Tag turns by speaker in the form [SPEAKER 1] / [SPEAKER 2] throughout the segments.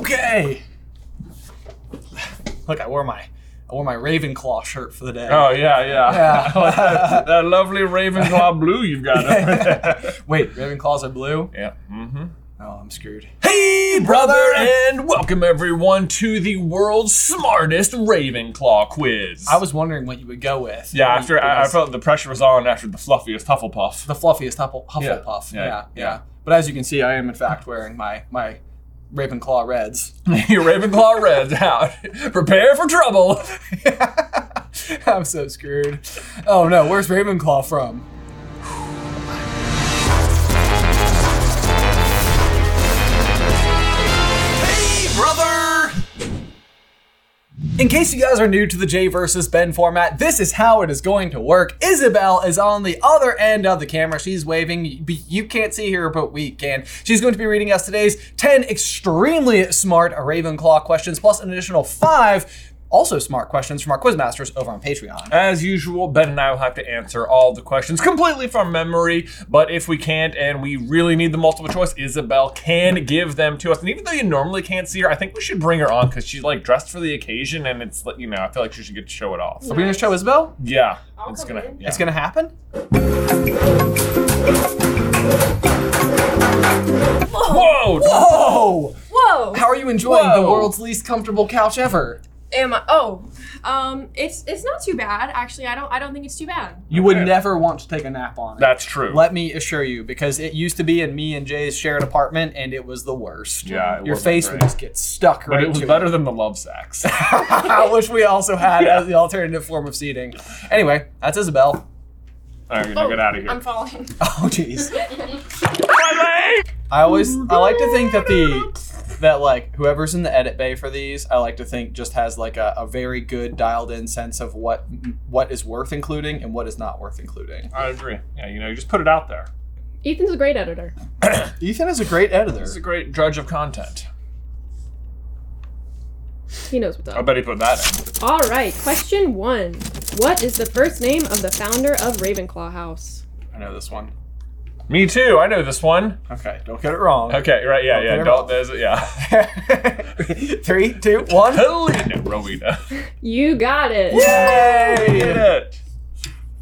[SPEAKER 1] Okay. Look, I wore my I wore my Ravenclaw shirt for the day.
[SPEAKER 2] Oh yeah, yeah.
[SPEAKER 1] Yeah.
[SPEAKER 2] that, that lovely Ravenclaw blue you've got over there.
[SPEAKER 1] Wait, Ravenclaws are blue?
[SPEAKER 2] yeah. Mm-hmm.
[SPEAKER 1] Oh, I'm screwed.
[SPEAKER 2] Hey, brother, and welcome everyone to the world's smartest Ravenclaw quiz.
[SPEAKER 1] I was wondering what you would go with.
[SPEAKER 2] yeah.
[SPEAKER 1] Like,
[SPEAKER 2] After I, I
[SPEAKER 1] because
[SPEAKER 2] felt the pressure was on after the fluffiest Hufflepuff.
[SPEAKER 1] the fluffiest Huffle- Hufflepuff.
[SPEAKER 2] Yeah,
[SPEAKER 1] Yeah. Yeah,
[SPEAKER 2] yeah.
[SPEAKER 1] But as you can see, I am in fact wearing my my Ravenclaw reds.
[SPEAKER 2] Your Ravenclaw red's out. Prepare for trouble.
[SPEAKER 1] I'm so screwed. Oh no, where's Ravenclaw from? Hey, brother! In case you guys are new to the J versus Ben format, this is how it is going to work. Isabel is on the other end of the camera. She's waving. But You can't see her, but we can. She's going to be reading us today's 10 extremely smart Ravenclaw questions, plus an additional five also smart questions from our quizmasters over on Patreon.
[SPEAKER 2] As usual, Ben and I will have to answer all the questions completely from memory, but if we can't and we really need the multiple choice, Isabel can give them to us. And even though you normally can't see her, I think we should bring her on because she's like dressed for the occasion and it's like, you know, I feel like she should get to show it off.
[SPEAKER 1] Are we going to show Isabel?
[SPEAKER 2] Yeah.
[SPEAKER 3] I'll
[SPEAKER 2] It's
[SPEAKER 3] come
[SPEAKER 2] gonna,
[SPEAKER 3] in.
[SPEAKER 2] yeah.
[SPEAKER 1] It's going to happen? Whoa!
[SPEAKER 2] Whoa!
[SPEAKER 3] Whoa!
[SPEAKER 1] Oh! How are you enjoying the
[SPEAKER 2] Whoa.
[SPEAKER 1] world's least comfortable couch ever?
[SPEAKER 3] Am I? Oh, um, it's it's not too bad actually. I don't I don't think it's too bad.
[SPEAKER 1] You would
[SPEAKER 2] Okay.
[SPEAKER 1] never want to take a nap on it.
[SPEAKER 2] That's true.
[SPEAKER 1] Let me assure you, because it used to be in me and Jay's shared apartment, and it was the worst.
[SPEAKER 2] Yeah, it
[SPEAKER 1] your
[SPEAKER 2] wasn't
[SPEAKER 1] face
[SPEAKER 2] great.
[SPEAKER 1] would just get stuck
[SPEAKER 2] but
[SPEAKER 1] right
[SPEAKER 2] it was
[SPEAKER 1] to
[SPEAKER 2] better than the love sacks.
[SPEAKER 1] which we also had as the alternative form of seating. Anyway, that's Isabel.
[SPEAKER 2] All right, now
[SPEAKER 3] Oh,
[SPEAKER 2] get out of here.
[SPEAKER 3] I'm falling.
[SPEAKER 1] Oh, jeez. I always I like to think that the that like whoever's in the edit bay for these, I like to think just has like a, a very good dialed in sense of what what is worth including and what is not worth including.
[SPEAKER 2] I agree. Yeah, you know, you just put it out there.
[SPEAKER 3] Ethan's a great editor.
[SPEAKER 1] Ethan is a great editor.
[SPEAKER 2] It's a great drudge of content.
[SPEAKER 3] He knows what's
[SPEAKER 2] I
[SPEAKER 3] up.
[SPEAKER 2] bet he put that in.
[SPEAKER 3] All right, question one. What is the first name of the founder of Ravenclaw House?
[SPEAKER 1] I know this one.
[SPEAKER 2] Me too. I know this one.
[SPEAKER 1] Okay, don't get it wrong.
[SPEAKER 2] Okay, right, yeah, yeah.
[SPEAKER 1] they're
[SPEAKER 2] Don't,
[SPEAKER 1] wrong.
[SPEAKER 2] there's, yeah.
[SPEAKER 1] Three, two, one.
[SPEAKER 2] Helena Rowena.
[SPEAKER 3] You got it.
[SPEAKER 2] Did
[SPEAKER 1] Yay!
[SPEAKER 2] it.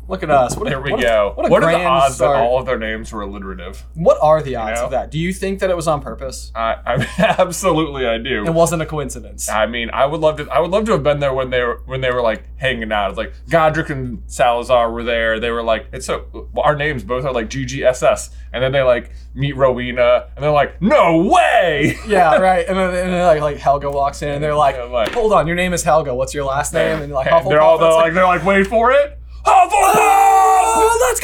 [SPEAKER 1] Look at us. What a-
[SPEAKER 2] There we
[SPEAKER 1] what a-
[SPEAKER 2] go.
[SPEAKER 1] what a
[SPEAKER 2] what are the
[SPEAKER 1] grand
[SPEAKER 2] odds
[SPEAKER 1] start.
[SPEAKER 2] that all of their names were alliterative?
[SPEAKER 1] What are the odds
[SPEAKER 2] know?
[SPEAKER 1] of that? Do you think that it was on purpose?
[SPEAKER 2] I, I mean, absolutely, I do.
[SPEAKER 1] It wasn't a coincidence.
[SPEAKER 2] I mean, I would love to. I would love to have been there when they were when they were like hanging out. It's like Godric and Salazar were there. They were like, it's so our names both are like GGSS, and then they like meet Rowena, and they're like, no way.
[SPEAKER 1] yeah, right. And then, and then like, like Helga walks in, and they're like,
[SPEAKER 2] Yeah, like-
[SPEAKER 1] "Hold on, your name is Helga. What's your last name?" And like,
[SPEAKER 2] And they're all
[SPEAKER 1] Hufflepuff,
[SPEAKER 2] they're
[SPEAKER 1] it's
[SPEAKER 2] like, they're like, wait for it. Hufflepuff!
[SPEAKER 1] "Oh, let's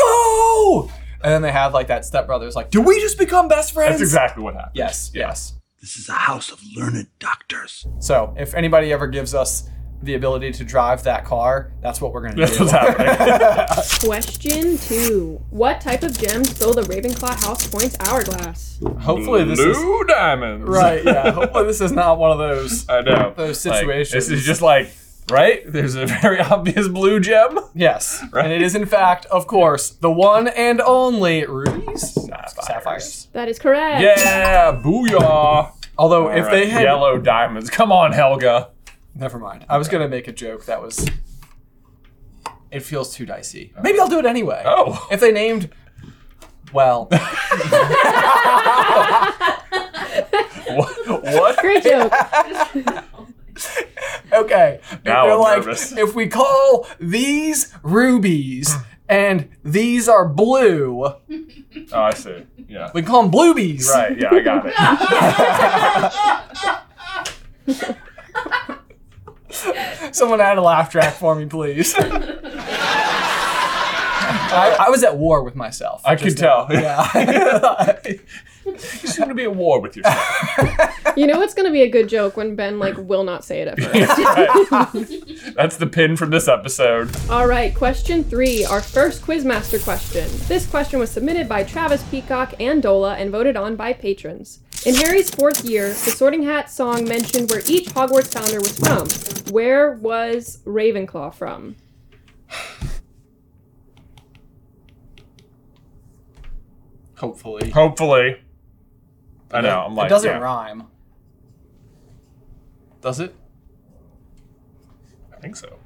[SPEAKER 1] go. And then they have like that stepbrother's like, "Do we just become best friends?"
[SPEAKER 2] That's exactly what happened.
[SPEAKER 1] Yes,
[SPEAKER 2] Yeah.
[SPEAKER 1] yes.
[SPEAKER 4] This is a house of learned doctors.
[SPEAKER 1] So if anybody ever gives us the ability to drive that car, that's what we're gonna
[SPEAKER 2] That's
[SPEAKER 1] do.
[SPEAKER 2] what's happening.
[SPEAKER 5] Question two. What type of gems fill the Ravenclaw House Points hourglass?
[SPEAKER 1] Hopefully this is
[SPEAKER 2] Blue diamonds.
[SPEAKER 1] right. Yeah. Hopefully this is not one of those.
[SPEAKER 2] I know.
[SPEAKER 1] Those
[SPEAKER 2] Like,
[SPEAKER 1] situations.
[SPEAKER 2] this is just like, right? There's a very obvious blue gem.
[SPEAKER 1] Yes.
[SPEAKER 2] Right.
[SPEAKER 1] And it is in fact, of course, the one and only rubies,
[SPEAKER 2] Sapphires.
[SPEAKER 1] sapphires.
[SPEAKER 5] That is correct.
[SPEAKER 2] Yeah, booyah.
[SPEAKER 1] Although if
[SPEAKER 2] All right,
[SPEAKER 1] they had
[SPEAKER 2] yellow diamonds, come on, Helga.
[SPEAKER 1] Never mind. I was gonna make a joke that was. It feels too dicey. Maybe I'll do it anyway.
[SPEAKER 2] Oh.
[SPEAKER 1] If they named, well,
[SPEAKER 2] What? what?
[SPEAKER 5] Great joke.
[SPEAKER 1] okay. If
[SPEAKER 2] Now
[SPEAKER 1] they're
[SPEAKER 2] I'm
[SPEAKER 1] like,
[SPEAKER 2] nervous.
[SPEAKER 1] if we call these rubies and these are blue,
[SPEAKER 2] Oh, I see. Yeah.
[SPEAKER 1] we can call them bluebies.
[SPEAKER 2] Right. Yeah, I got it.
[SPEAKER 1] Someone add a laugh track for me, please. I, I was at war with myself.
[SPEAKER 2] I could
[SPEAKER 1] just
[SPEAKER 2] tell.
[SPEAKER 1] now. Yeah.
[SPEAKER 2] You seem to be at war with yourself.
[SPEAKER 5] You know it's gonna be a good joke when Ben like will not say it at first.
[SPEAKER 2] Right. That's the pin from this episode.
[SPEAKER 5] All right, question three, our first Quizmaster question. This question was submitted by Travis Peacock and Dola and voted on by patrons. In Harry's fourth year, the Sorting Hat song mentioned where each Hogwarts founder was from. Where was Ravenclaw from?
[SPEAKER 1] Hopefully.
[SPEAKER 2] Hopefully. I know. I'm like.
[SPEAKER 1] it doesn't
[SPEAKER 2] yeah.
[SPEAKER 1] rhyme.
[SPEAKER 2] Does it? I think so.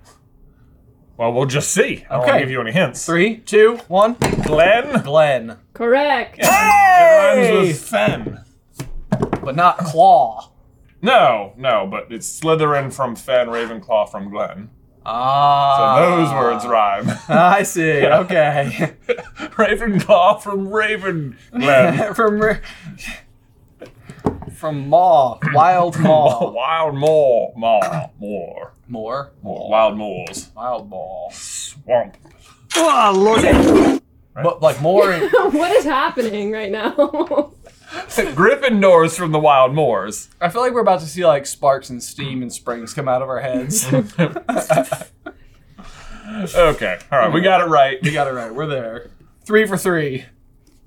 [SPEAKER 2] Well, we'll just see. I don't want
[SPEAKER 1] Okay.
[SPEAKER 2] to give you any hints.
[SPEAKER 1] Three, two, one.
[SPEAKER 2] Glenn.
[SPEAKER 1] Glenn.
[SPEAKER 5] Correct.
[SPEAKER 2] It rhymes
[SPEAKER 1] Hey!
[SPEAKER 2] with Fen.
[SPEAKER 1] But not claw.
[SPEAKER 2] No, no, but it's Slytherin from Fen, Ravenclaw from Glen. So
[SPEAKER 1] Ah.
[SPEAKER 2] those words rhyme.
[SPEAKER 1] I see. Okay.
[SPEAKER 2] Ravenclaw from Raven Glen.
[SPEAKER 1] from r- from maw, wild maw,
[SPEAKER 2] Wild Moor, Maw, Moor,
[SPEAKER 1] more
[SPEAKER 2] Moor, Wild Moors,
[SPEAKER 1] wild maw.
[SPEAKER 2] Swamp.
[SPEAKER 1] Ah,
[SPEAKER 4] Oh, Lord.
[SPEAKER 1] But like more.
[SPEAKER 5] what is happening right now?
[SPEAKER 2] Gryffindors from the Wild Moors.
[SPEAKER 1] I feel like we're about to see like sparks and steam and springs come out of our heads.
[SPEAKER 2] Okay, all right, we got it right.
[SPEAKER 1] we got it right. We're there. Three for three.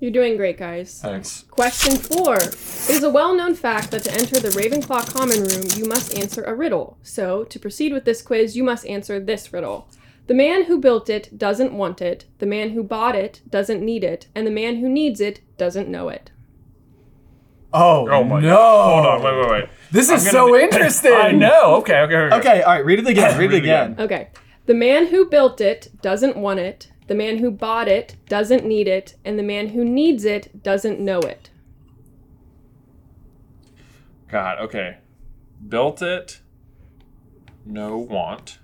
[SPEAKER 5] You're doing great, guys.
[SPEAKER 2] Thanks.
[SPEAKER 5] Question four. It is a well known fact that to enter the Ravenclaw Common Room, you must answer a riddle. So, to proceed with this quiz, you must answer this riddle. The man who built it doesn't want it, the man who bought it doesn't need it, and the man who needs it doesn't know it.
[SPEAKER 1] Oh,
[SPEAKER 2] Oh my.
[SPEAKER 1] no!
[SPEAKER 2] Hold on, wait, wait, wait.
[SPEAKER 1] This is
[SPEAKER 2] I'm
[SPEAKER 1] so
[SPEAKER 2] gonna-
[SPEAKER 1] interesting.
[SPEAKER 2] I know. Okay, okay, okay.
[SPEAKER 1] Okay, all right. Read it again. Read, it
[SPEAKER 2] Read it
[SPEAKER 1] again.
[SPEAKER 5] Okay. The man who built it doesn't want it, the man who bought it doesn't need it, and the man who needs it doesn't know it.
[SPEAKER 2] God, okay. Built it. No want.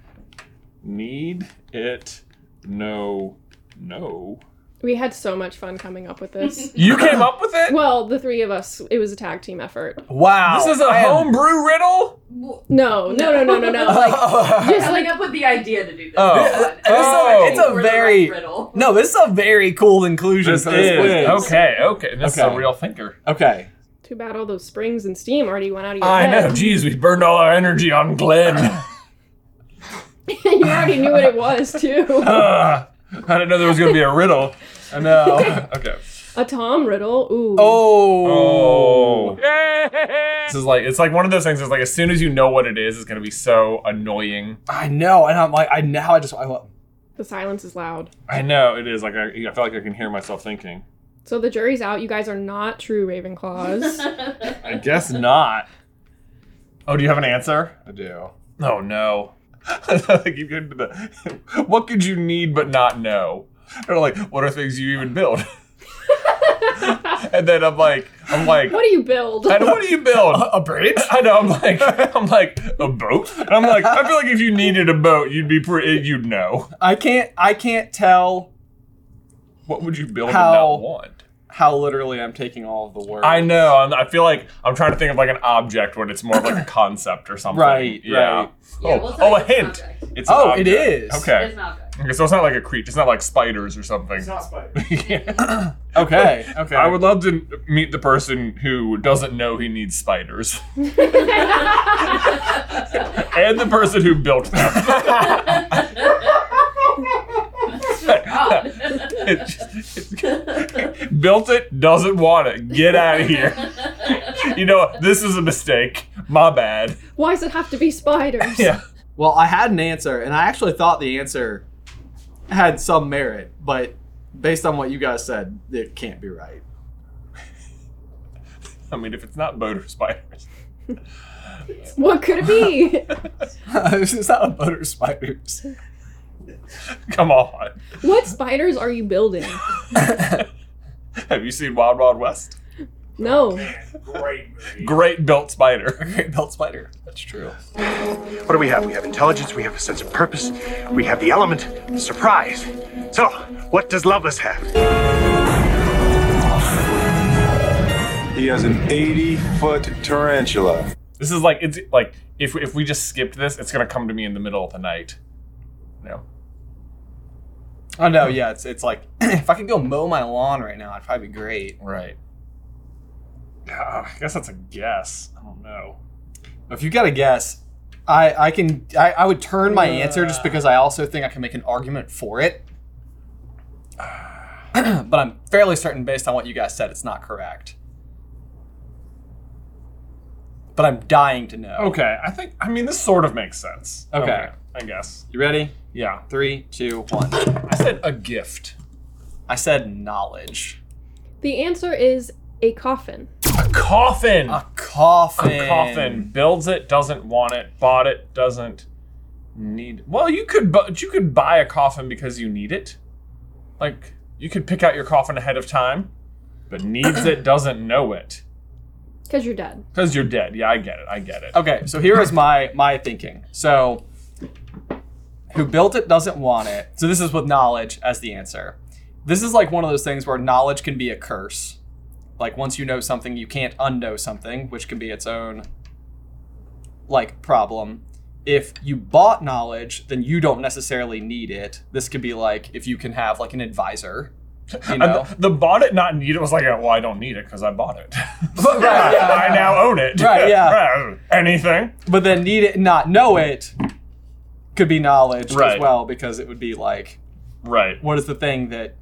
[SPEAKER 2] Need it. No. No.
[SPEAKER 5] We had so much fun coming up with this.
[SPEAKER 2] You came up with it?
[SPEAKER 5] well, the three of us, it was a tag team effort.
[SPEAKER 1] Wow.
[SPEAKER 2] This is a
[SPEAKER 1] I am-
[SPEAKER 2] homebrew riddle?
[SPEAKER 6] W-
[SPEAKER 5] No, no, no, no, no, no. Like,
[SPEAKER 1] Oh.
[SPEAKER 5] just
[SPEAKER 6] Coming
[SPEAKER 5] like
[SPEAKER 6] up with the idea to do this.
[SPEAKER 2] Oh.
[SPEAKER 6] Come on.
[SPEAKER 1] This is
[SPEAKER 2] Oh.
[SPEAKER 1] a, it's a
[SPEAKER 6] We're the
[SPEAKER 1] very
[SPEAKER 6] right riddle.
[SPEAKER 1] no. This is a very cool inclusion
[SPEAKER 2] This
[SPEAKER 1] for this
[SPEAKER 2] is.
[SPEAKER 1] quiz.
[SPEAKER 2] Okay, okay. This is
[SPEAKER 1] Okay.
[SPEAKER 2] a real thinker.
[SPEAKER 1] Okay.
[SPEAKER 5] too bad all those springs and steam already went out of your
[SPEAKER 2] I
[SPEAKER 5] head.
[SPEAKER 2] know. Jeez, we burned all our energy on Glenn.
[SPEAKER 5] you already knew what it was too.
[SPEAKER 2] Ugh. I didn't know there was going to be a riddle.
[SPEAKER 1] I know.
[SPEAKER 2] Okay.
[SPEAKER 5] A Tom Riddle. Ooh.
[SPEAKER 1] oh.
[SPEAKER 2] Oh. This is like it's like one of those things. It's like as soon as you know what it is, it's gonna be so annoying.
[SPEAKER 1] I know, and I'm like, I now I just I want.
[SPEAKER 5] The silence is loud.
[SPEAKER 2] I know it is. Like I, I feel like I can hear myself thinking.
[SPEAKER 5] So the jury's out. You guys are not true Ravenclaws.
[SPEAKER 2] I guess not. Oh, do you have an answer? I do. Oh no. like you could. The, what could you need but not know? Or like, what are things you even build? and then I'm like, I'm like,
[SPEAKER 5] what do you build?
[SPEAKER 2] and what do you build?
[SPEAKER 1] A bridge?
[SPEAKER 2] I know. I'm like, I'm like a boat. And I'm like, I feel like if you needed a boat, you'd be pretty. You'd know.
[SPEAKER 1] I can't. I can't tell
[SPEAKER 2] What would you build
[SPEAKER 1] How-
[SPEAKER 2] and not want?
[SPEAKER 1] how literally I'm taking all of the words.
[SPEAKER 2] I know. I'm, I feel like I'm trying to think of like an object when it's more of like a concept or something.
[SPEAKER 1] Right, right.
[SPEAKER 6] Yeah,
[SPEAKER 2] oh,
[SPEAKER 6] we'll tell you
[SPEAKER 2] oh, a
[SPEAKER 6] it's an
[SPEAKER 2] hint.
[SPEAKER 6] object.
[SPEAKER 2] It's an
[SPEAKER 1] Oh,
[SPEAKER 2] object.
[SPEAKER 1] it is.
[SPEAKER 6] It's
[SPEAKER 2] Okay.
[SPEAKER 6] an object.
[SPEAKER 2] Okay, so it's not like a creature. It's not like spiders or something. It's not spiders.
[SPEAKER 1] Okay. Okay.
[SPEAKER 2] I would love to meet the person who doesn't know he needs spiders, and the person who built them. It just- built it, doesn't want it. Get out of here. You know, this is a mistake. My bad.
[SPEAKER 5] Why does it have to be spiders?
[SPEAKER 2] Yeah.
[SPEAKER 1] Well, I had an answer, and I actually thought the answer had some merit, but based on what you guys said, it can't be right.
[SPEAKER 2] I mean, if it's not boat or spiders.
[SPEAKER 5] What could it be?
[SPEAKER 1] it's not a butter spiders.
[SPEAKER 2] Come on.
[SPEAKER 5] what spiders are you building?
[SPEAKER 2] Have you seen Wild Wild West?
[SPEAKER 5] No.
[SPEAKER 2] Great built spider.
[SPEAKER 1] Great belt spider. That's true.
[SPEAKER 7] What do we have? We have intelligence, we have a sense of purpose, we have the element of surprise. So, what does Loveless have?
[SPEAKER 8] He has an 80 foot tarantula.
[SPEAKER 2] This is like it's like if if we just skipped this, it's gonna come to me in the middle of the night. No.
[SPEAKER 1] Oh no, yeah, it's it's like if I could go mow my lawn right now, I'd probably be great.
[SPEAKER 2] Right. Ah, I guess that's a guess. I don't know.
[SPEAKER 1] If you got a guess, I I can I, I would turn my answer just because I also think I can make an argument for it. but I'm fairly certain based on what you guys said, it's not correct. But I'm dying to know.
[SPEAKER 2] Okay, I think I mean this sort of makes sense.
[SPEAKER 1] Okay.
[SPEAKER 2] I guess.
[SPEAKER 1] You ready?
[SPEAKER 2] Yeah.
[SPEAKER 1] Three, two, one.
[SPEAKER 2] I said a gift.
[SPEAKER 1] I said knowledge.
[SPEAKER 5] The answer is a coffin.
[SPEAKER 2] A coffin.
[SPEAKER 1] A coffin.
[SPEAKER 2] coffin builds it doesn't want it bought it doesn't need well you could bu- you could buy a coffin because you need it like you could pick out your coffin ahead of time but needs it doesn't know it
[SPEAKER 5] Because you're dead.
[SPEAKER 2] because you're dead yeah i get it i get it
[SPEAKER 1] Okay, so here is my my thinking. So, who built it doesn't want it. So this is with knowledge as the answer. This is like one of those things where knowledge can be a curse. Like once you know something, you can't unknow something, which can be its own like problem. If you bought knowledge, then you don't necessarily need it. This could be like if you can have like an advisor. You
[SPEAKER 2] And
[SPEAKER 1] know,
[SPEAKER 2] the, the bought it not need it was like well i don't need it because i bought it
[SPEAKER 1] right, yeah.
[SPEAKER 2] i now own it
[SPEAKER 1] Right, yeah.
[SPEAKER 2] anything
[SPEAKER 1] but then need it not know it could be knowledge as
[SPEAKER 2] Right.
[SPEAKER 1] well because it would be like
[SPEAKER 2] right
[SPEAKER 1] what is the thing that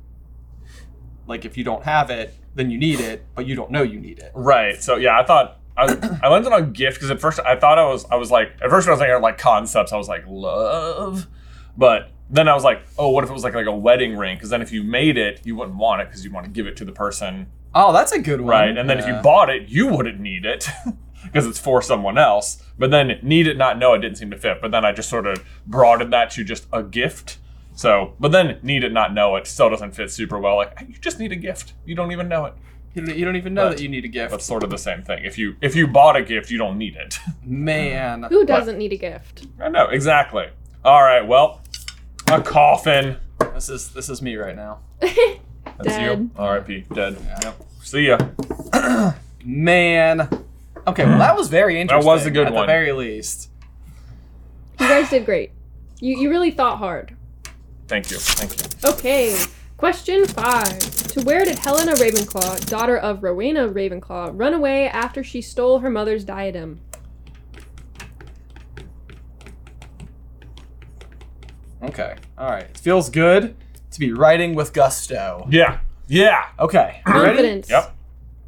[SPEAKER 1] like if you don't have it then you need it but you don't know you need it
[SPEAKER 2] Right. So yeah, I thought I, was- I landed on gift because at first I thought I was I was like at first when I was thinking like concepts I was like love, but then I was like oh what if it was like like a wedding ring because then if you made it you wouldn't want it because you want to give it to the person
[SPEAKER 1] oh that's a good one
[SPEAKER 2] right and then if you bought it you wouldn't need it because it's for someone else but then need it not know it didn't seem to fit but then I just sort of broadened that to just a gift. So, but then need it not know it still doesn't fit super well. Like you just need a gift. You don't even know it.
[SPEAKER 1] you don't, you don't even know
[SPEAKER 2] But-
[SPEAKER 1] that you need a gift
[SPEAKER 2] That's sort of the same thing. If you if you bought a gift, you don't need it.
[SPEAKER 1] man
[SPEAKER 5] Who doesn't need a gift?
[SPEAKER 2] I know exactly. All right. Well, a coffin.
[SPEAKER 1] this is this is me right now
[SPEAKER 2] That's
[SPEAKER 5] Dead.
[SPEAKER 2] you. R.I.P. Dead. Yep. See ya.
[SPEAKER 1] man okay well that was very interesting
[SPEAKER 2] was a good
[SPEAKER 1] at the
[SPEAKER 2] one.
[SPEAKER 1] very least
[SPEAKER 5] You guys did great. You, you really thought hard.
[SPEAKER 2] Thank you. Thank you.
[SPEAKER 5] Okay. Question five. To where did Helena Ravenclaw, daughter of Rowena Ravenclaw, run away after she stole her mother's diadem?
[SPEAKER 1] okay all right it feels good to be writing with gusto
[SPEAKER 2] Yeah. Yeah.
[SPEAKER 1] okay you ready
[SPEAKER 5] Confidence.
[SPEAKER 2] Yep.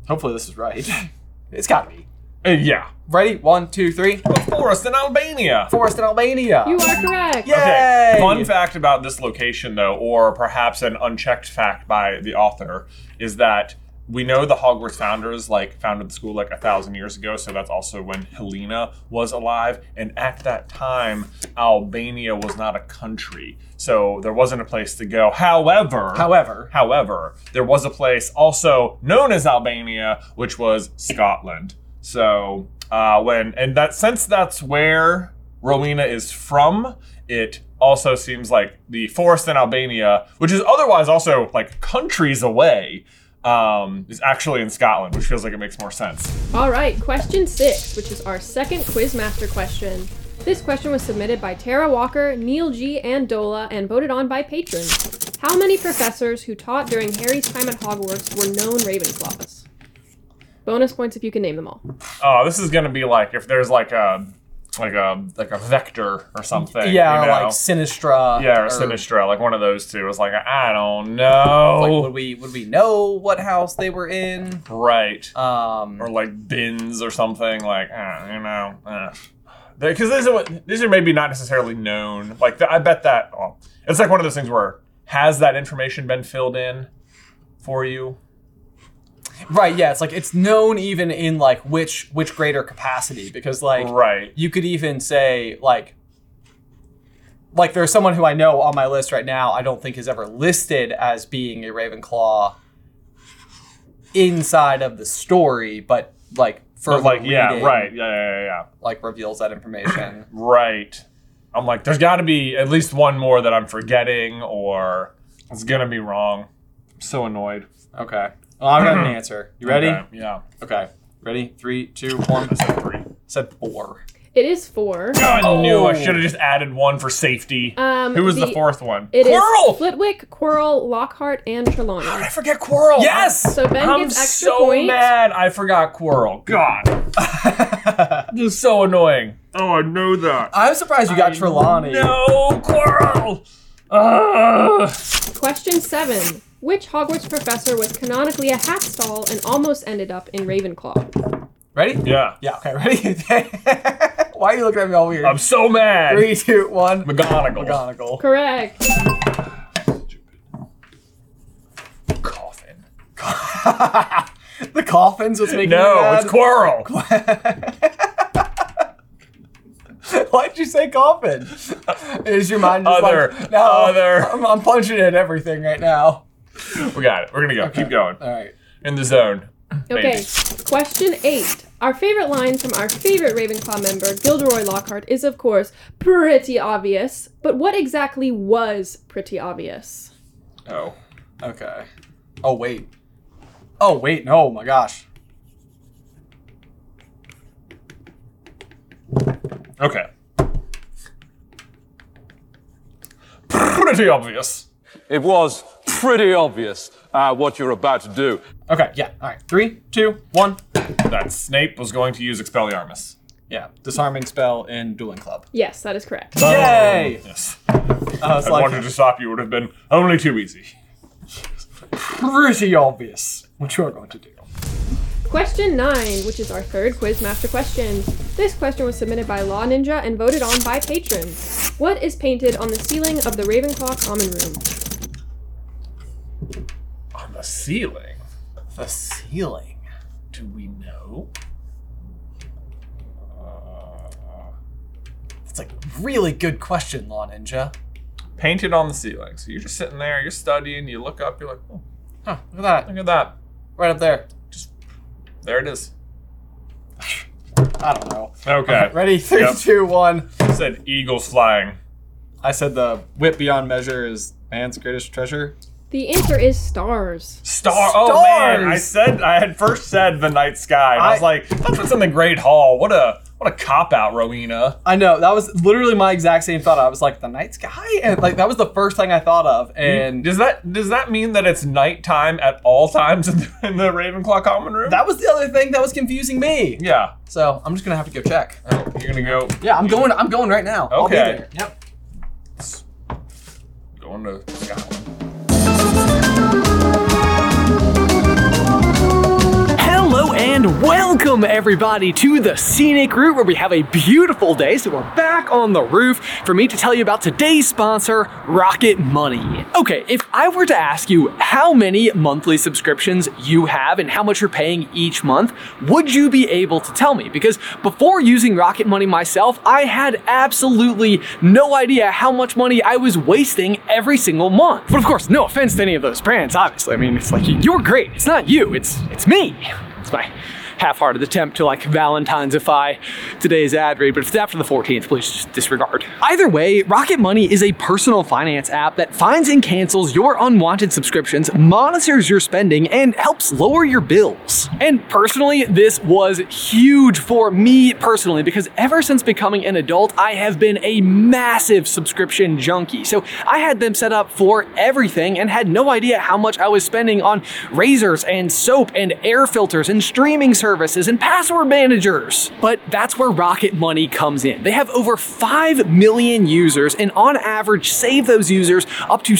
[SPEAKER 1] hopefully this is right it's gotta be
[SPEAKER 2] Uh, yeah.
[SPEAKER 1] ready one two three
[SPEAKER 2] A forest in Albania.
[SPEAKER 1] forest in albania
[SPEAKER 5] You are correct.
[SPEAKER 1] Yeah. Yay!
[SPEAKER 2] Fun fact about this location, though, or perhaps an unchecked fact by the author, is that we know the Hogwarts founders like founded the school like a thousand years ago, so that's also when Helena was alive. And at that time, Albania was not a country, so there wasn't a place to go. However,
[SPEAKER 1] however
[SPEAKER 2] however, there was a place also known as Albania, which was Scotland. So uh, when and that since that's where Rowena is from, it also seems like the forest in Albania, which is otherwise also like countries away, um, is actually in Scotland, which feels like it makes more sense.
[SPEAKER 5] All right, question six, which is our second Quizmaster question. This question was submitted by Tara Walker, Neil G. and Dola, and voted on by patrons. How many professors who taught during Harry's time at Hogwarts were known Ravenclaws? Bonus points if you can name them all.
[SPEAKER 2] Oh, this is gonna be like if there's like a like a like a vector or something.
[SPEAKER 1] yeah
[SPEAKER 2] you
[SPEAKER 1] or
[SPEAKER 2] know?
[SPEAKER 1] like sinistra
[SPEAKER 2] yeah, or, Sinistra, like one of those two. It's like I don't know.
[SPEAKER 1] like would we would we know what house they were in
[SPEAKER 2] right.
[SPEAKER 1] um
[SPEAKER 2] or like bins or something like uh, you know because these are what these are maybe not necessarily known like i bet that oh, it's like one of those things where has that information been filled in for you
[SPEAKER 1] right yeah it's like it's known even in like which which greater capacity because like
[SPEAKER 2] right
[SPEAKER 1] you could even say like like there's someone who i know on my list right now i don't think is ever listed as being a ravenclaw inside of the story but like for
[SPEAKER 2] But, like yeah right yeah, yeah yeah yeah
[SPEAKER 1] like reveals that information
[SPEAKER 2] right i'm like there's got to be at least one more that i'm forgetting or it's gonna be wrong i'm so annoyed
[SPEAKER 1] okay well, i've got an answer you ready
[SPEAKER 2] Okay, yeah
[SPEAKER 1] okay. ready three two one
[SPEAKER 2] i said three
[SPEAKER 1] said four
[SPEAKER 5] It is four.
[SPEAKER 2] i knew i
[SPEAKER 1] Oh.
[SPEAKER 2] should have just added one for safety
[SPEAKER 5] Um,
[SPEAKER 2] who was the,
[SPEAKER 5] the-
[SPEAKER 2] fourth one
[SPEAKER 5] It is
[SPEAKER 2] Quirrell!
[SPEAKER 5] Flitwick, Quirrell, Lockhart, and Trelawney.
[SPEAKER 2] I forget Quirrell.
[SPEAKER 1] yes
[SPEAKER 5] So Ben
[SPEAKER 2] I'm
[SPEAKER 5] gets extra
[SPEAKER 2] so
[SPEAKER 5] points.
[SPEAKER 2] mad I forgot Quirrell. God, this is so annoying. Oh, I know that.
[SPEAKER 1] I'm surprised you got Trelawney.
[SPEAKER 2] No, Quirrell. Ugh.
[SPEAKER 5] Question seven. Which Hogwarts professor was canonically a hat stall and almost ended up in Ravenclaw?
[SPEAKER 1] Ready?
[SPEAKER 2] Yeah,
[SPEAKER 1] Yeah, okay, ready? Why are you looking at me all weird?
[SPEAKER 2] I'm so mad.
[SPEAKER 1] Three, two, one.
[SPEAKER 2] McGonagall.
[SPEAKER 1] McGonagall.
[SPEAKER 5] Correct.
[SPEAKER 2] Coffin.
[SPEAKER 1] The coffins was making me
[SPEAKER 2] No,
[SPEAKER 1] mad.
[SPEAKER 2] it's Quarrel.
[SPEAKER 1] Why'd you say coffin? Is your mind just
[SPEAKER 2] Other.
[SPEAKER 1] like, no,
[SPEAKER 2] Other.
[SPEAKER 1] I'm, I'm punching at everything right now.
[SPEAKER 2] We got it. We're gonna go. Keep going.
[SPEAKER 1] All right.
[SPEAKER 2] In the zone.
[SPEAKER 5] Okay,
[SPEAKER 2] Baby.
[SPEAKER 5] question eight. Our favorite line from our favorite Ravenclaw member, Gilderoy Lockhart, is of course pretty obvious. But what exactly was pretty obvious?
[SPEAKER 2] Oh.
[SPEAKER 1] Okay. Oh wait. Oh wait. No, my gosh.
[SPEAKER 2] Okay. Pretty obvious.
[SPEAKER 6] It was pretty obvious uh, what you're about to do.
[SPEAKER 1] Okay. Yeah. All right. Three, two, one.
[SPEAKER 2] That Snape was going to use Expelliarmus.
[SPEAKER 1] Yeah. Disarming spell in dueling club.
[SPEAKER 5] Yes, that is correct.
[SPEAKER 1] Yay!
[SPEAKER 2] Yes.
[SPEAKER 1] I was
[SPEAKER 2] Oh. I
[SPEAKER 1] like,
[SPEAKER 2] wanted to stop you. Would have been only too easy.
[SPEAKER 1] pretty obvious what you're going to do.
[SPEAKER 5] Question nine, which is our third Quizmaster question. This question was submitted by Law Ninja and voted on by patrons. What is painted on the ceiling of the Ravenclaw common room?
[SPEAKER 2] On the ceiling.
[SPEAKER 1] The ceiling.
[SPEAKER 2] Do we know?
[SPEAKER 1] That's a really good question, Law Ninja.
[SPEAKER 2] Painted on the ceiling. So you're just sitting there. You're studying. You look up. You're like, oh,
[SPEAKER 1] Huh, look at that.
[SPEAKER 2] look at that.
[SPEAKER 1] Right up there.
[SPEAKER 2] There it is.
[SPEAKER 1] I don't know.
[SPEAKER 2] Okay.
[SPEAKER 1] Ready? Three, two, one.
[SPEAKER 2] Yep. Said eagles flying.
[SPEAKER 1] I said the wit beyond measure is man's greatest treasure.
[SPEAKER 5] The answer is stars.
[SPEAKER 2] Star. Oh man, I
[SPEAKER 1] Stars!
[SPEAKER 2] said I had first said the night sky. And I, was
[SPEAKER 1] I-
[SPEAKER 2] like, that's what's in the Great Hall. What a what a cop out, Rowena.
[SPEAKER 1] I know. That was literally my exact same thought. I was like, the night sky? And like that was the first thing I thought of. And
[SPEAKER 2] Does that does that mean that it's nighttime at all times in the, in the Ravenclaw common room?
[SPEAKER 1] that was the other thing that was confusing me.
[SPEAKER 2] yeah.
[SPEAKER 1] So I'm just gonna have to go check.
[SPEAKER 2] Oh, you're gonna go
[SPEAKER 1] Yeah, I'm going I'm going right now. I'll be
[SPEAKER 2] Okay.
[SPEAKER 1] there. Yep.
[SPEAKER 2] going to Scotland.
[SPEAKER 1] Hello and welcome everybody to the scenic route where we have a beautiful day. So we're back on the roof for me to tell you about today's sponsor, Rocket Money. Okay, if I were to ask you how many monthly subscriptions you have and how much you're paying each month, would you be able to tell me? Because before using Rocket Money myself, I had absolutely no idea how much money I was wasting every single month. But of course, no offense to any of those brands, obviously. I mean, it's like you're great. It's not you, it's it's me. It's my half-hearted attempt to like Valentine'sify today's ad read, but if it's after the 14th, please just disregard. Either way, Rocket Money is a personal finance app that finds and cancels your unwanted subscriptions, monitors your spending, and helps lower your bills. And personally, this was huge for me personally because ever since becoming an adult, I have been a massive subscription junkie. So I had them set up for everything and had no idea how much I was spending on razors and soap and air filters and streaming services and password managers. But that's where Rocket Money comes in. They have over 5 million users and on average save those users up to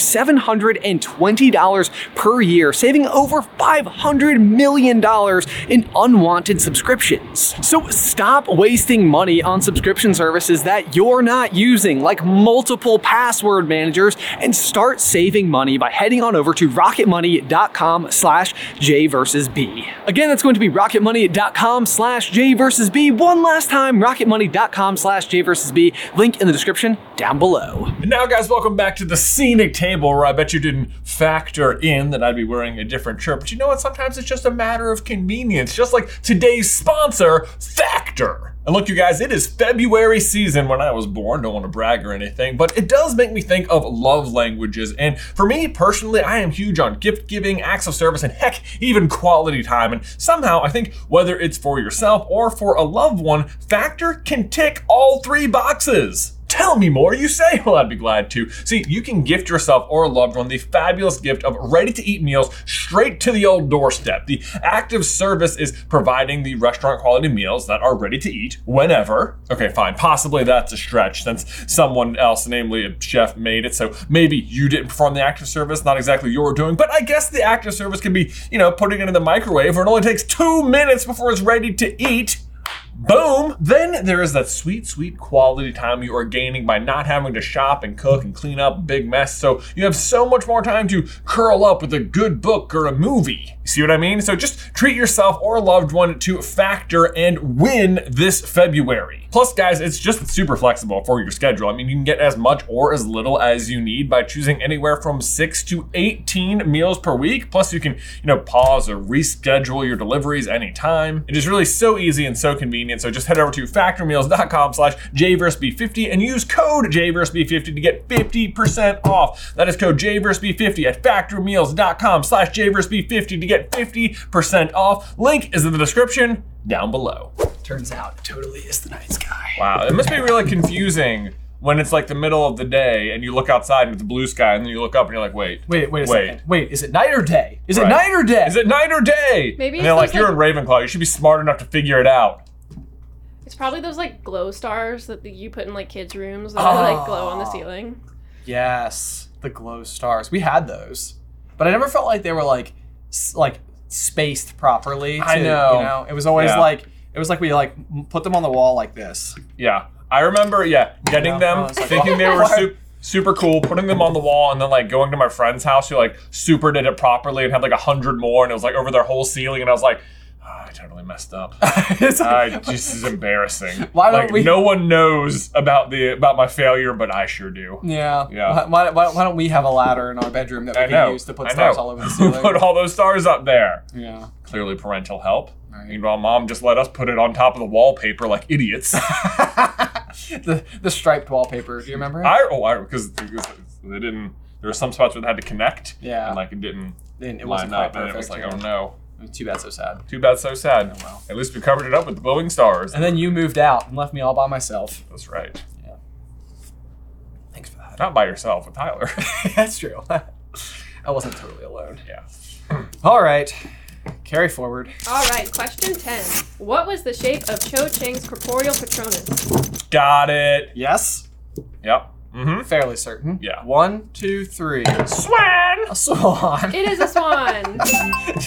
[SPEAKER 1] $720 per year, saving over $500 million in unwanted subscriptions. So stop wasting money on subscription services that you're not using, like multiple password managers, and start saving money by heading on over to rocketmoney.com slash J versus B. Again, that's going to be rocketmoney.com slash J versus B. One last time, rocketmoney.com slash J versus B. Link in the description down below.
[SPEAKER 2] And now, guys, welcome back to the scenic table where I bet you didn't factor in that I'd be wearing a different shirt. But you know what? Sometimes it's just a matter of convenience, just like today's sponsor, Factor. And look, you guys, it is February season when I was born. Don't want to brag or anything, but it does make me think of love languages. And for me personally, I am huge on gift giving, acts of service, and heck, even quality time. And somehow, I think whether it's for yourself or for a loved one, Factor can tick all three boxes. Tell me more, you say? Well, I'd be glad to. See, you can gift yourself or a loved one the fabulous gift of ready to eat meals straight to the old doorstep. The active service is providing the restaurant quality meals that are ready to eat whenever. Okay, fine. Possibly that's a stretch since someone else, namely a chef, made it. So maybe you didn't perform the active service, not exactly your doing, but I guess the active service can be, you know, putting it in the microwave where it only takes two minutes before it's ready to eat. Boom! Then there is that sweet, sweet quality time you are gaining by not having to shop and cook and clean up a big mess. So you have so much more time to curl up with a good book or a movie. See what I mean? So just treat yourself or a loved one to Factor and win this February. Plus, guys, it's just super flexible for your schedule. I mean, you can get as much or as little as you need by choosing anywhere from 6 to 18 meals per week. Plus, you can, you know, pause or reschedule your deliveries anytime. It is really so easy and so convenient. So just head over to factormeals.com slash jversb50 and use code jversb50 to get 50% off. That is code jversb50 at factormeals.com slash jversb50 to get 50% off. Link is in the description down below.
[SPEAKER 1] Turns out, it totally is the night sky.
[SPEAKER 2] Wow, it must be really confusing when it's like the middle of the day and you look outside and it's blue sky and then you look up and you're like, wait,
[SPEAKER 1] Wait, wait a
[SPEAKER 2] Wait.
[SPEAKER 1] second. Wait, is it night or day? Is it
[SPEAKER 2] Right.
[SPEAKER 1] night or day?
[SPEAKER 2] is it night or day?
[SPEAKER 5] Maybe
[SPEAKER 2] and they're
[SPEAKER 5] it's
[SPEAKER 2] like,
[SPEAKER 5] those,
[SPEAKER 2] you're in Ravenclaw. You should be smart enough to figure it out.
[SPEAKER 5] It's probably those like glow stars that you put in like kids' rooms that are, like glow on the ceiling.
[SPEAKER 1] Yes, the glow stars. We had those, but I never felt like they were like s- like spaced properly.
[SPEAKER 2] I
[SPEAKER 1] to-
[SPEAKER 2] know.
[SPEAKER 1] You know, it was always
[SPEAKER 2] Yeah.
[SPEAKER 1] like it was like we like m- put them on the wall like this.
[SPEAKER 2] Yeah, I remember. Yeah, getting
[SPEAKER 1] Yeah, I
[SPEAKER 2] them,
[SPEAKER 1] was like, "Oh,
[SPEAKER 2] thinking they were
[SPEAKER 1] what?
[SPEAKER 2] super. Super cool, putting them on the wall, and then like going to my friend's house who like super did it properly and had like a hundred more, and it was like over their whole ceiling, and I was like, "Ah, I totally messed up.
[SPEAKER 1] It's like-
[SPEAKER 2] I this is embarrassing.
[SPEAKER 1] Why don't
[SPEAKER 2] like,
[SPEAKER 1] we-
[SPEAKER 2] No one knows about the about my failure, but I sure do.
[SPEAKER 1] yeah.
[SPEAKER 2] Yeah.
[SPEAKER 1] Why, why, why don't we have a ladder in our bedroom that we
[SPEAKER 2] I
[SPEAKER 1] can
[SPEAKER 2] know.
[SPEAKER 1] use to put
[SPEAKER 2] I
[SPEAKER 1] stars
[SPEAKER 2] know.
[SPEAKER 1] all over the
[SPEAKER 2] Who
[SPEAKER 1] ceiling?
[SPEAKER 2] put all those stars up there?
[SPEAKER 1] yeah.
[SPEAKER 2] Clearly, parental help.
[SPEAKER 1] Right.
[SPEAKER 2] Meanwhile, mom just let us put it on top of the wallpaper like idiots.
[SPEAKER 1] the the striped wallpaper. Do you remember? it?
[SPEAKER 2] I oh, I because because they didn't. There were some spots where they had to connect.
[SPEAKER 1] Yeah.
[SPEAKER 2] and like it didn't
[SPEAKER 1] And it
[SPEAKER 2] line
[SPEAKER 1] wasn't
[SPEAKER 2] up,
[SPEAKER 1] quite
[SPEAKER 2] and
[SPEAKER 1] perfect.
[SPEAKER 2] it was like,
[SPEAKER 1] yeah.
[SPEAKER 2] oh no,
[SPEAKER 1] Too bad, so sad.
[SPEAKER 2] too bad, so sad.
[SPEAKER 1] Oh, well.
[SPEAKER 2] At least we covered it up with glowing stars.
[SPEAKER 1] And then you moved out and left me all by myself.
[SPEAKER 2] That's right.
[SPEAKER 1] Thanks for that.
[SPEAKER 2] Not by yourself with Tyler.
[SPEAKER 1] That's true. I wasn't totally alone.
[SPEAKER 2] yeah.
[SPEAKER 1] All right. Carry forward.
[SPEAKER 5] All right, question ten. What was the shape of Cho Chang's corporeal patronus?
[SPEAKER 2] Got it.
[SPEAKER 1] Yes.
[SPEAKER 2] Yep. Mm-hmm.
[SPEAKER 1] Fairly certain.
[SPEAKER 2] Yeah.
[SPEAKER 1] One, two, three.
[SPEAKER 2] Swan.
[SPEAKER 1] A swan.
[SPEAKER 5] It is a swan.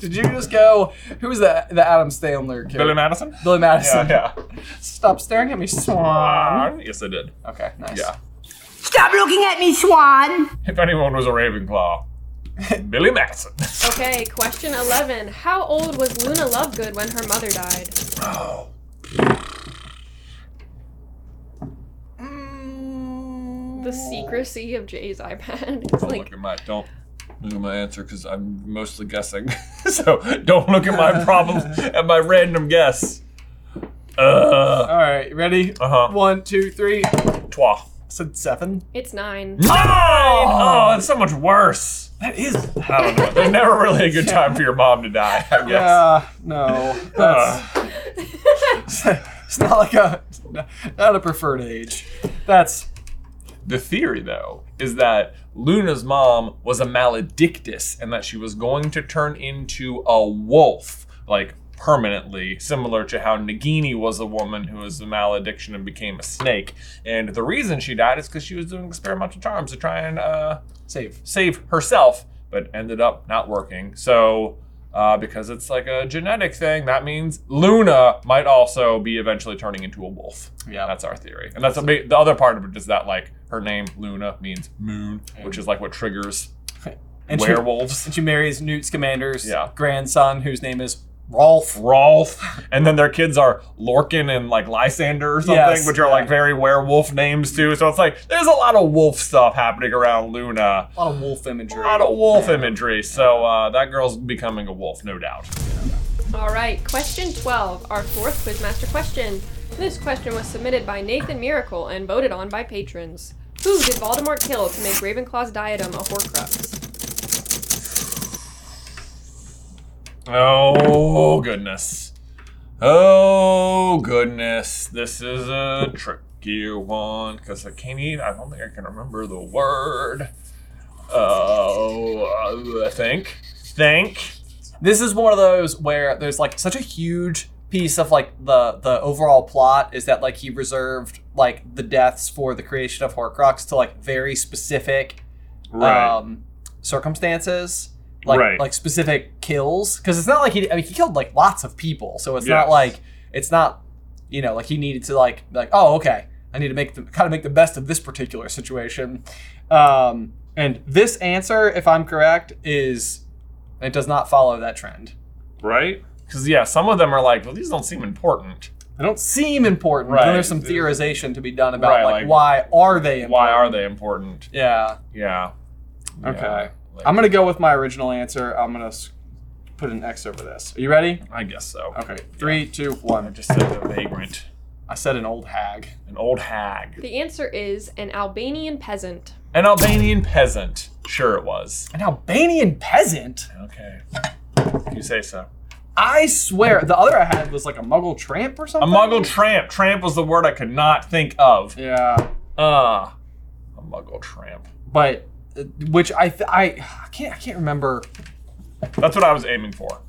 [SPEAKER 1] Did you just go? Who was the the Adam Sandler character?
[SPEAKER 2] Billy Madison.
[SPEAKER 1] Billy Madison.
[SPEAKER 2] Yeah, yeah.
[SPEAKER 1] Stop staring at me, swan.
[SPEAKER 2] Swan. Yes, I did.
[SPEAKER 1] Okay. Nice.
[SPEAKER 2] Yeah.
[SPEAKER 9] Stop looking at me, Swan!
[SPEAKER 2] If anyone was a Ravenclaw, Billy Madison.
[SPEAKER 5] Okay, question eleven. How old was Luna Lovegood when her mother died? The secrecy of Jay's iPad. It's
[SPEAKER 2] Don't
[SPEAKER 5] like
[SPEAKER 2] look at Oh my don't look at my answer because I'm mostly guessing. so don't look at my problem at my random guess. Uh
[SPEAKER 1] All right. Ready?
[SPEAKER 2] Uh-huh.
[SPEAKER 1] One, two, three. I
[SPEAKER 2] trois.
[SPEAKER 1] said seven.
[SPEAKER 5] it's nine.
[SPEAKER 2] Nine! Oh, that's so much worse. That is I don't know. There's never really a good time for your mom to die, I guess.
[SPEAKER 1] Yeah. Uh, No. That's.
[SPEAKER 2] Uh.
[SPEAKER 1] it's not like a not a preferred age. That's
[SPEAKER 2] The theory, though, is that Luna's mom was a maledictus and that she was going to turn into a wolf, like permanently, similar to how Nagini was a woman who was a malediction and became a snake. And the reason she died is because she was doing experimental charms to try and uh,
[SPEAKER 1] safe.
[SPEAKER 2] save herself, but ended up not working. So. Uh, because it's like a genetic thing, that means Luna might also be eventually turning into a wolf.
[SPEAKER 1] Yeah.
[SPEAKER 2] That's our theory. And that's a big, the other part of it is that like her name Luna means moon, which is like what triggers
[SPEAKER 1] And she-
[SPEAKER 2] werewolves.
[SPEAKER 1] And she marries Newt Scamander's
[SPEAKER 2] Yeah.
[SPEAKER 1] grandson, whose name is Rolf.
[SPEAKER 2] Rolf, and then their kids are Lorkin and like Lysander or something,
[SPEAKER 1] Yes,
[SPEAKER 2] which are like very werewolf names too. So it's like there's a lot of wolf stuff happening around Luna,
[SPEAKER 1] A lot of wolf imagery.
[SPEAKER 2] a lot of wolf imagery. So uh, that girl's becoming a wolf, no doubt.
[SPEAKER 5] All right, question 12, our fourth Quizmaster question. This question was submitted by Nathan Miracle and voted on by patrons. Who did Voldemort kill to make Ravenclaw's diadem a Horcrux?
[SPEAKER 2] Oh goodness. Oh goodness. This is a tricky one because I can't even. I don't think I can remember the word. Oh, I think. Think.
[SPEAKER 1] This is one of those where there's like such a huge piece of like the the overall plot is that like he reserved like the deaths for the creation of Horcrux to like very specific um circumstances. Like
[SPEAKER 2] Right.
[SPEAKER 1] like specific kills because it's not like he I mean he killed like lots of people, so it's not
[SPEAKER 2] Yes.
[SPEAKER 1] like it's not
[SPEAKER 3] you know, like he needed to like like oh okay, I need to make the kind of make the best of this particular situation. Um, and this answer, if I'm correct, is it does not follow that trend.
[SPEAKER 2] right? Because yeah, some of them are like, well, these don't seem important.
[SPEAKER 3] They don't seem important. but
[SPEAKER 2] Right.
[SPEAKER 3] Then there's some theorization to be done about
[SPEAKER 2] Right,
[SPEAKER 3] like,
[SPEAKER 2] like-
[SPEAKER 3] why are they important?
[SPEAKER 2] Why are they important?
[SPEAKER 3] Yeah.
[SPEAKER 2] Yeah.
[SPEAKER 3] Okay.
[SPEAKER 2] Yeah, like-
[SPEAKER 3] I'm gonna go with my original answer. I'm gonna s- put an X over this. Are you ready?
[SPEAKER 2] I guess so.
[SPEAKER 3] Okay. Three, two, one.
[SPEAKER 2] Just said a vagrant,
[SPEAKER 3] I said an old hag.
[SPEAKER 2] an old hag,
[SPEAKER 5] The answer is an Albanian peasant.
[SPEAKER 2] an Albanian peasant. Sure, it was.
[SPEAKER 3] An Albanian peasant.
[SPEAKER 2] Okay. You say so.
[SPEAKER 3] I swear, the other I had was like a Muggle tramp or
[SPEAKER 2] A
[SPEAKER 3] something.
[SPEAKER 2] muggle tramp. Tramp was the word I could not think of.
[SPEAKER 3] Yeah,
[SPEAKER 2] Ah, a muggle tramp.
[SPEAKER 3] but uh, which I th- I I can't I can't remember.
[SPEAKER 2] That's what I was aiming for.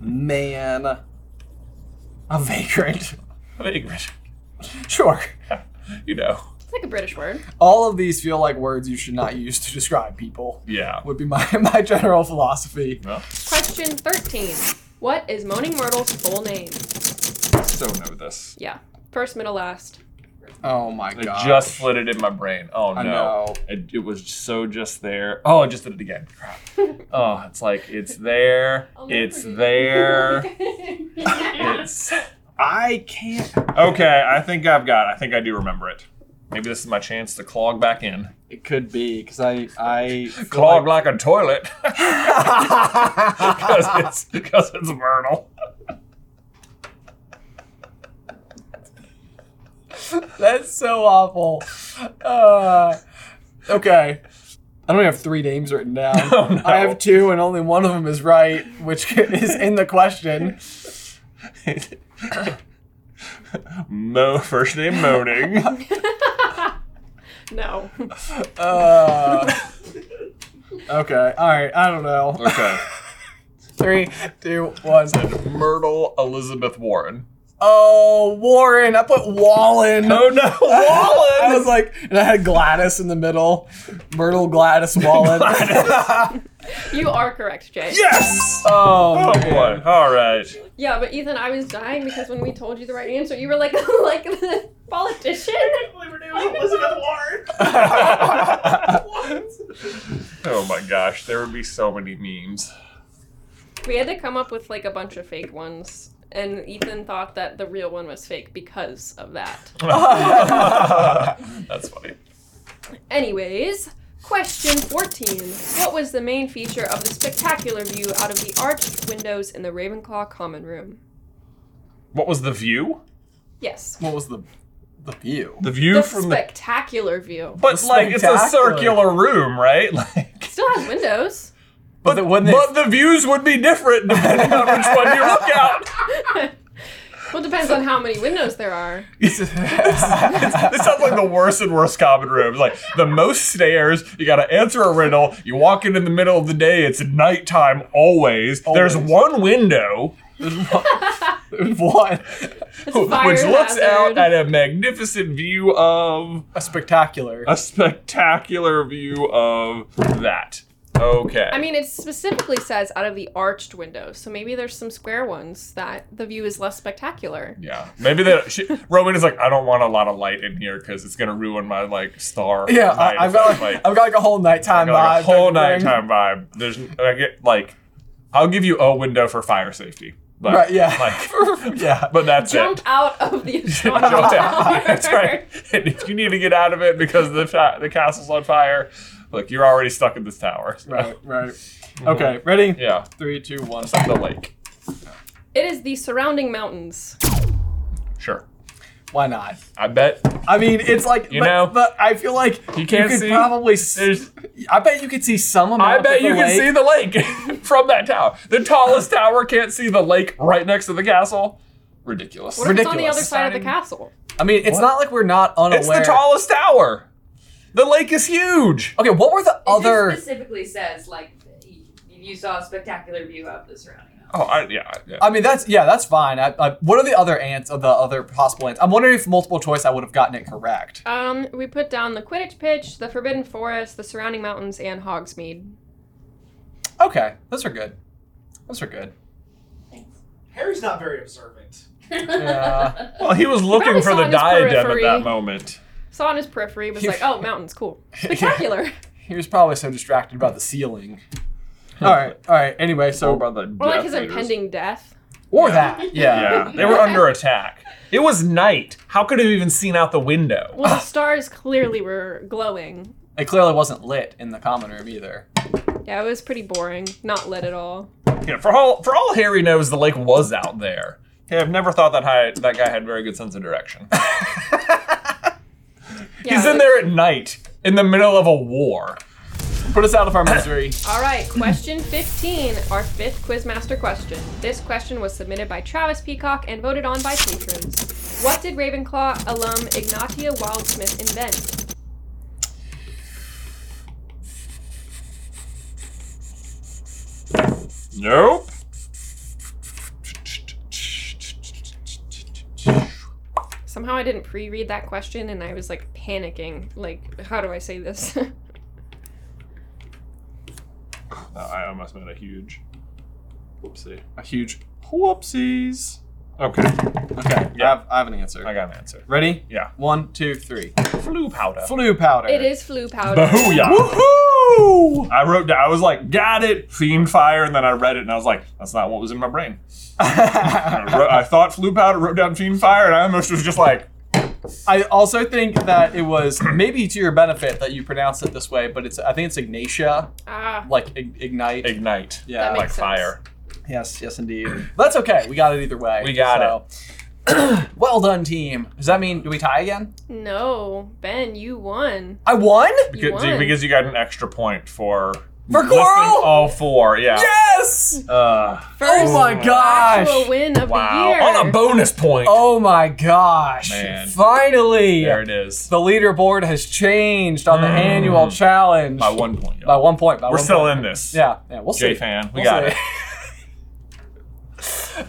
[SPEAKER 3] Man, a vagrant.
[SPEAKER 2] Vagrant.
[SPEAKER 3] Sure.
[SPEAKER 2] You know.
[SPEAKER 5] It's like a British word.
[SPEAKER 3] All of these feel like words you should not use to describe people.
[SPEAKER 2] Yeah.
[SPEAKER 3] Would be my my general philosophy.
[SPEAKER 2] Well,
[SPEAKER 5] Question 13. What is Moaning Myrtle's full name?
[SPEAKER 2] so know this.
[SPEAKER 5] Yeah. First, middle, last.
[SPEAKER 3] Oh my
[SPEAKER 2] It
[SPEAKER 3] god.
[SPEAKER 2] just slid it in my brain. Oh no.
[SPEAKER 3] I know.
[SPEAKER 2] It, it was so just there. Oh, I just did it again. Crap. oh, it's like it's there.
[SPEAKER 5] never
[SPEAKER 2] It's
[SPEAKER 5] do that.
[SPEAKER 2] there. it's
[SPEAKER 3] I can't.
[SPEAKER 2] Okay, I think I've got it. I think I do remember it. Maybe this is my chance to clog back in.
[SPEAKER 3] It could be because I I feel
[SPEAKER 2] Clog
[SPEAKER 3] like-
[SPEAKER 2] like, a toilet. Because it's, because it's Myrtle.
[SPEAKER 3] That's so awful. Uh, okay. I don't have three names written down.
[SPEAKER 2] Oh, no.
[SPEAKER 3] I have two, and only one of them is right, which is in the question.
[SPEAKER 2] Mo, first name moaning.
[SPEAKER 5] No.
[SPEAKER 3] Uh, okay. All right. I don't know.
[SPEAKER 2] Okay.
[SPEAKER 3] Three, two, one.
[SPEAKER 2] Myrtle Elizabeth Warren.
[SPEAKER 3] Oh, Warren. I put Wallen.
[SPEAKER 2] Oh no,
[SPEAKER 3] I
[SPEAKER 2] Wallen!
[SPEAKER 3] was like, and I had Gladys in the middle. Myrtle Gladys Wallen.
[SPEAKER 2] Oh,
[SPEAKER 5] You are correct, Jay.
[SPEAKER 2] yes!
[SPEAKER 3] Oh,
[SPEAKER 2] Oh
[SPEAKER 3] man.
[SPEAKER 2] boy. All right.
[SPEAKER 5] Yeah, but Ethan, I was dying because when we told you the right answer, you were like, like the politician.
[SPEAKER 2] Oh my gosh, there would be so many memes.
[SPEAKER 5] We had to come up with like a bunch of fake ones, and Ethan thought that the real one was fake because of that.
[SPEAKER 2] That's funny.
[SPEAKER 5] Anyways, question 14. What was the main feature of the spectacular view out of the arched windows in the Ravenclaw common room?
[SPEAKER 2] What was the view?
[SPEAKER 5] Yes.
[SPEAKER 3] What was the the view?
[SPEAKER 2] The view
[SPEAKER 5] The
[SPEAKER 2] from the.
[SPEAKER 5] spectacular view.
[SPEAKER 2] But
[SPEAKER 3] The
[SPEAKER 2] like, it's a
[SPEAKER 3] spectacular.
[SPEAKER 2] circular room, right? Like,
[SPEAKER 5] Still has windows.
[SPEAKER 3] But, the, when they-
[SPEAKER 2] but the views would be different depending on which one you look out.
[SPEAKER 5] Well, depends on how many windows there are.
[SPEAKER 2] This sounds like the worst and worst common room. It's Like the most stairs, you got to answer a riddle. You walk in in the middle of the day. It's nighttime always. There's
[SPEAKER 3] Always.
[SPEAKER 2] one window
[SPEAKER 3] what?
[SPEAKER 5] fire
[SPEAKER 2] which looks out
[SPEAKER 5] hazard.
[SPEAKER 2] at a magnificent view of
[SPEAKER 3] A spectacular.
[SPEAKER 2] a spectacular view of that. Okay.
[SPEAKER 5] I mean, it specifically says out of the arched windows, so maybe there's some square ones that the view is less spectacular.
[SPEAKER 2] yeah, maybe that she, Roman is like, I don't want a lot of light in here because it's gonna ruin my like star.
[SPEAKER 3] Yeah,
[SPEAKER 2] night
[SPEAKER 3] I, I've
[SPEAKER 2] effect,
[SPEAKER 3] got like, I've got like a whole nighttime
[SPEAKER 2] got, like,
[SPEAKER 3] vibe.
[SPEAKER 2] a whole
[SPEAKER 3] type of thing.
[SPEAKER 2] nighttime vibe. There's I get like, I'll give you a window for fire safety, but,
[SPEAKER 3] Right? Yeah.
[SPEAKER 2] like,
[SPEAKER 3] yeah.
[SPEAKER 2] but that's
[SPEAKER 5] Jump
[SPEAKER 2] it.
[SPEAKER 5] out of the
[SPEAKER 2] Jump out. That's right. And if you need to get out of it because the fi- the castle's on fire, look, you're already stuck in this tower. so-
[SPEAKER 3] Right. Right. Okay. Ready?
[SPEAKER 2] Yeah.
[SPEAKER 3] Three, two, one.
[SPEAKER 2] It's like the lake.
[SPEAKER 5] It is the surrounding mountains.
[SPEAKER 2] Sure.
[SPEAKER 3] Why not?
[SPEAKER 2] I bet
[SPEAKER 3] I mean, it's like
[SPEAKER 2] You
[SPEAKER 3] but,
[SPEAKER 2] know,
[SPEAKER 3] but I feel like
[SPEAKER 2] you can't
[SPEAKER 3] could
[SPEAKER 2] see.
[SPEAKER 3] probably. s-
[SPEAKER 2] there's.
[SPEAKER 3] I bet you could see some amount.
[SPEAKER 2] I bet
[SPEAKER 3] of the
[SPEAKER 2] you can
[SPEAKER 3] lake.
[SPEAKER 2] see the lake from that tower. The tallest tower can't see the lake right next to the castle. Ridiculous.
[SPEAKER 5] What if it's on the
[SPEAKER 3] Ridiculous.
[SPEAKER 5] other side of the
[SPEAKER 2] Signing-
[SPEAKER 5] castle?
[SPEAKER 3] I mean, it's not like we're not unaware.
[SPEAKER 2] It's the tallest tower. The lake is huge.
[SPEAKER 3] Okay. What were the
[SPEAKER 10] It
[SPEAKER 3] other?
[SPEAKER 10] just specifically says like y- you saw a spectacular view of the surrounding. mountains.
[SPEAKER 2] Oh, I, yeah, yeah.
[SPEAKER 3] I mean, that's yeah, that's fine. I, I, what are the other ants of the other possible ants? I'm wondering if multiple choice I would have gotten it correct.
[SPEAKER 5] Um, we put down the Quidditch pitch, the Forbidden Forest, the surrounding mountains, and Hogsmeade.
[SPEAKER 3] Okay, those are good. Those are good.
[SPEAKER 11] Harry's not very observant.
[SPEAKER 3] Yeah.
[SPEAKER 2] Well, Oh, he was looking
[SPEAKER 5] probably
[SPEAKER 2] for
[SPEAKER 5] saw
[SPEAKER 2] the
[SPEAKER 5] it in his
[SPEAKER 2] diadem
[SPEAKER 5] periphery.
[SPEAKER 2] at that moment.
[SPEAKER 5] Saw in his periphery, was like, oh, mountains, cool. Spectacular.
[SPEAKER 3] he was probably so distracted about the ceiling. All right, all right. Anyway, so
[SPEAKER 2] Or about the
[SPEAKER 5] Or like
[SPEAKER 2] Death
[SPEAKER 5] his
[SPEAKER 2] Eaters.
[SPEAKER 5] impending death.
[SPEAKER 3] or that,
[SPEAKER 2] Yeah, they were under attack. It was night. How could it have even seen out the window?
[SPEAKER 5] Well, the stars clearly were glowing.
[SPEAKER 3] It clearly wasn't lit in the common room either.
[SPEAKER 5] Yeah, it was pretty boring. Not lit at all.
[SPEAKER 2] Yeah, for all for all Harry knows, the lake was out there. Yeah, I've never thought that high, that guy had very good sense of direction.
[SPEAKER 5] Yeah,
[SPEAKER 2] He's in there at night in the middle of a war.
[SPEAKER 3] Put us out of our misery.
[SPEAKER 5] All right, question 15, our fifth Quizmaster question. This question was submitted by Travis Peacock and voted on by patrons. What did Ravenclaw alum Ignatia Wildsmith invent?
[SPEAKER 2] Nope.
[SPEAKER 5] Somehow I didn't pre read that question and I was like panicking. Like, how do I say this?
[SPEAKER 2] Oh, I almost made a huge. Whoopsie.
[SPEAKER 3] A huge.
[SPEAKER 2] Whoopsies. Okay,
[SPEAKER 3] Okay, I, have, I have an answer.
[SPEAKER 2] I got an answer.
[SPEAKER 3] Ready?
[SPEAKER 2] Yeah.
[SPEAKER 3] One, two, three.
[SPEAKER 2] Flu powder.
[SPEAKER 3] Flu powder.
[SPEAKER 5] it is flu powder.
[SPEAKER 2] Bahooyah. Woohoo! I wrote down, I was like, got it, fiend fire, and then I read it and I was like, that's not what was in my brain. I, wrote, I thought flu powder, wrote down fiend fire, and I almost was just like,
[SPEAKER 3] I also think that it was maybe to your benefit that you pronounce it this way, but it's I think it's Ignatia,
[SPEAKER 5] Ah,
[SPEAKER 3] like ig- ignite.
[SPEAKER 2] ignite.
[SPEAKER 3] yeah,
[SPEAKER 5] That
[SPEAKER 3] like-
[SPEAKER 2] Like
[SPEAKER 5] makes sense.
[SPEAKER 2] fire.
[SPEAKER 3] yes, yes, indeed. That's okay. We got it either way.
[SPEAKER 2] We got
[SPEAKER 3] it. well done, team. Does that mean do we tie again?
[SPEAKER 5] no. Ben, you won.
[SPEAKER 3] I won.
[SPEAKER 5] You
[SPEAKER 2] Because,
[SPEAKER 5] won.
[SPEAKER 2] because you got an extra point for.
[SPEAKER 3] For
[SPEAKER 2] listing
[SPEAKER 3] Coral?
[SPEAKER 2] All four, yeah.
[SPEAKER 3] Yes.
[SPEAKER 2] Uh,
[SPEAKER 5] First
[SPEAKER 3] Oh my
[SPEAKER 5] actual
[SPEAKER 3] gosh.
[SPEAKER 5] win of
[SPEAKER 2] wow.
[SPEAKER 5] the year.
[SPEAKER 2] On a bonus point.
[SPEAKER 3] Oh my gosh.
[SPEAKER 2] Man.
[SPEAKER 3] Finally.
[SPEAKER 2] There it is.
[SPEAKER 3] The leaderboard has changed on the
[SPEAKER 2] Mm.
[SPEAKER 3] annual challenge
[SPEAKER 2] By one point.
[SPEAKER 3] By
[SPEAKER 2] Y'all.
[SPEAKER 3] one point. By
[SPEAKER 2] We're
[SPEAKER 3] one
[SPEAKER 2] still
[SPEAKER 3] point.
[SPEAKER 2] in this.
[SPEAKER 3] Yeah, yeah, we'll
[SPEAKER 2] J
[SPEAKER 3] see.
[SPEAKER 2] fan. We
[SPEAKER 3] We'll
[SPEAKER 2] got
[SPEAKER 3] see.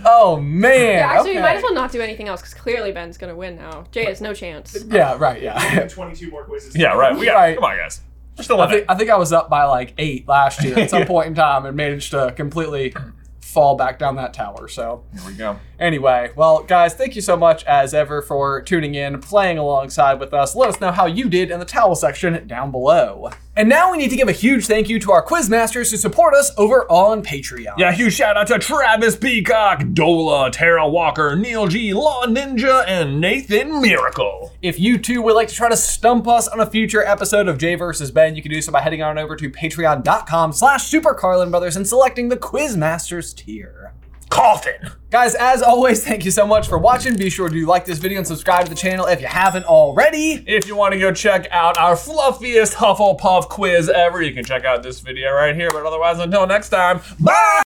[SPEAKER 3] oh man.
[SPEAKER 5] Yeah, actually, we
[SPEAKER 3] okay.
[SPEAKER 5] might as well not do anything else because clearly Ben's gonna win now. Jay has no chance.
[SPEAKER 3] Yeah, right, yeah.
[SPEAKER 12] 22 more quizzes.
[SPEAKER 2] it. Yeah, right. We got
[SPEAKER 3] Right.
[SPEAKER 2] Come on, guys. We're still in
[SPEAKER 3] I think,
[SPEAKER 2] it.
[SPEAKER 3] I think I was up by like eight last year at some
[SPEAKER 2] Yeah.
[SPEAKER 3] point in time and managed to completely fall back down that tower. So,
[SPEAKER 2] Here we go.
[SPEAKER 3] anyway, well, guys, thank you so much as ever for tuning in, playing alongside with us. Let us know how you did in the towel section down below. And now we need to give a huge thank you to our quizmasters who support us over on Patreon.
[SPEAKER 2] Yeah, huge shout out to Travis Peacock, Dola, Tara Walker, Neil G, Law Ninja, and Nathan Miracle.
[SPEAKER 3] If you too would like to try to stump us on a future episode of Jay versus Ben, you can do so by heading on over to patreon.com slash super Carlin Brothers and selecting the Quizmasters tier.
[SPEAKER 2] Coffin.
[SPEAKER 3] Guys, as always, thank you so much for watching. Be sure to like this video and subscribe to the channel if you haven't already.
[SPEAKER 2] If you want to go check out our fluffiest Hufflepuff quiz ever, you can check out this video right here. But otherwise, until next time, bye!